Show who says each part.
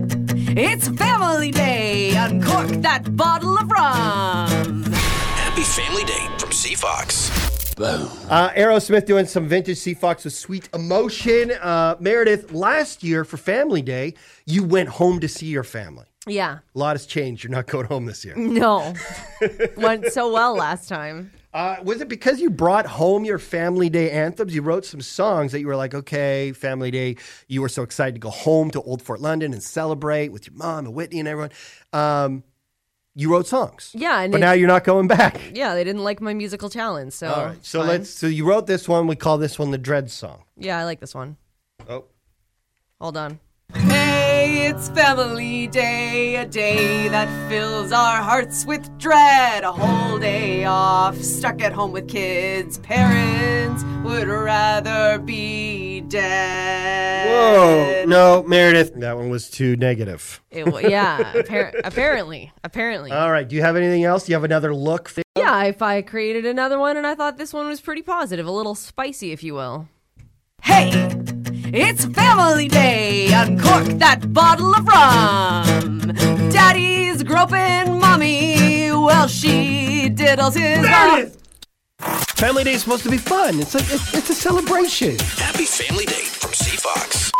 Speaker 1: It's Family Day. Uncork that bottle of rum.
Speaker 2: Happy Family Day from Seafox.
Speaker 3: Uh, Aerosmith doing some vintage Sea Fox with sweet emotion. Uh, Meredith, last year for Family Day, you went home to see your family.
Speaker 4: Yeah.
Speaker 3: A lot has changed. You're not going home this year.
Speaker 4: No. Went so well last time.
Speaker 3: Uh, was it because you brought home your Family Day anthems? You wrote some songs that you were like, okay, Family Day. You were so excited to go home to Old Fort London and celebrate with your mom and Whitney and everyone. Um, you wrote songs.
Speaker 4: Yeah, and
Speaker 3: but
Speaker 4: it-
Speaker 3: now you're not going back.
Speaker 4: Yeah, they didn't like my musical challenge. So,
Speaker 3: All right. So
Speaker 4: fine.
Speaker 3: let's. So you wrote this one. We call this one the Dread song.
Speaker 4: Yeah, I like this one.
Speaker 3: Oh.
Speaker 4: Hold on.
Speaker 1: Hey, it's Family Day, a day that fills our hearts with dread. A whole day off, stuck at home with kids. Parents would rather be
Speaker 3: Whoa.
Speaker 1: dead.
Speaker 3: No, Meredith. That one was too negative.
Speaker 4: It, wa- yeah, appar- apparently. Apparently.
Speaker 3: All right. Do you have anything else? Do you have another look?
Speaker 4: yeah, if I created another one and I thought this one was pretty positive, a little spicy, if you will.
Speaker 1: Hey, it's Family Day. Uncork that bottle of rum. Daddy's groping mommy while she diddles his arm.
Speaker 3: Family Day is supposed to be fun. It's a, it's, it's a celebration.
Speaker 2: Happy Family Day from Seafox.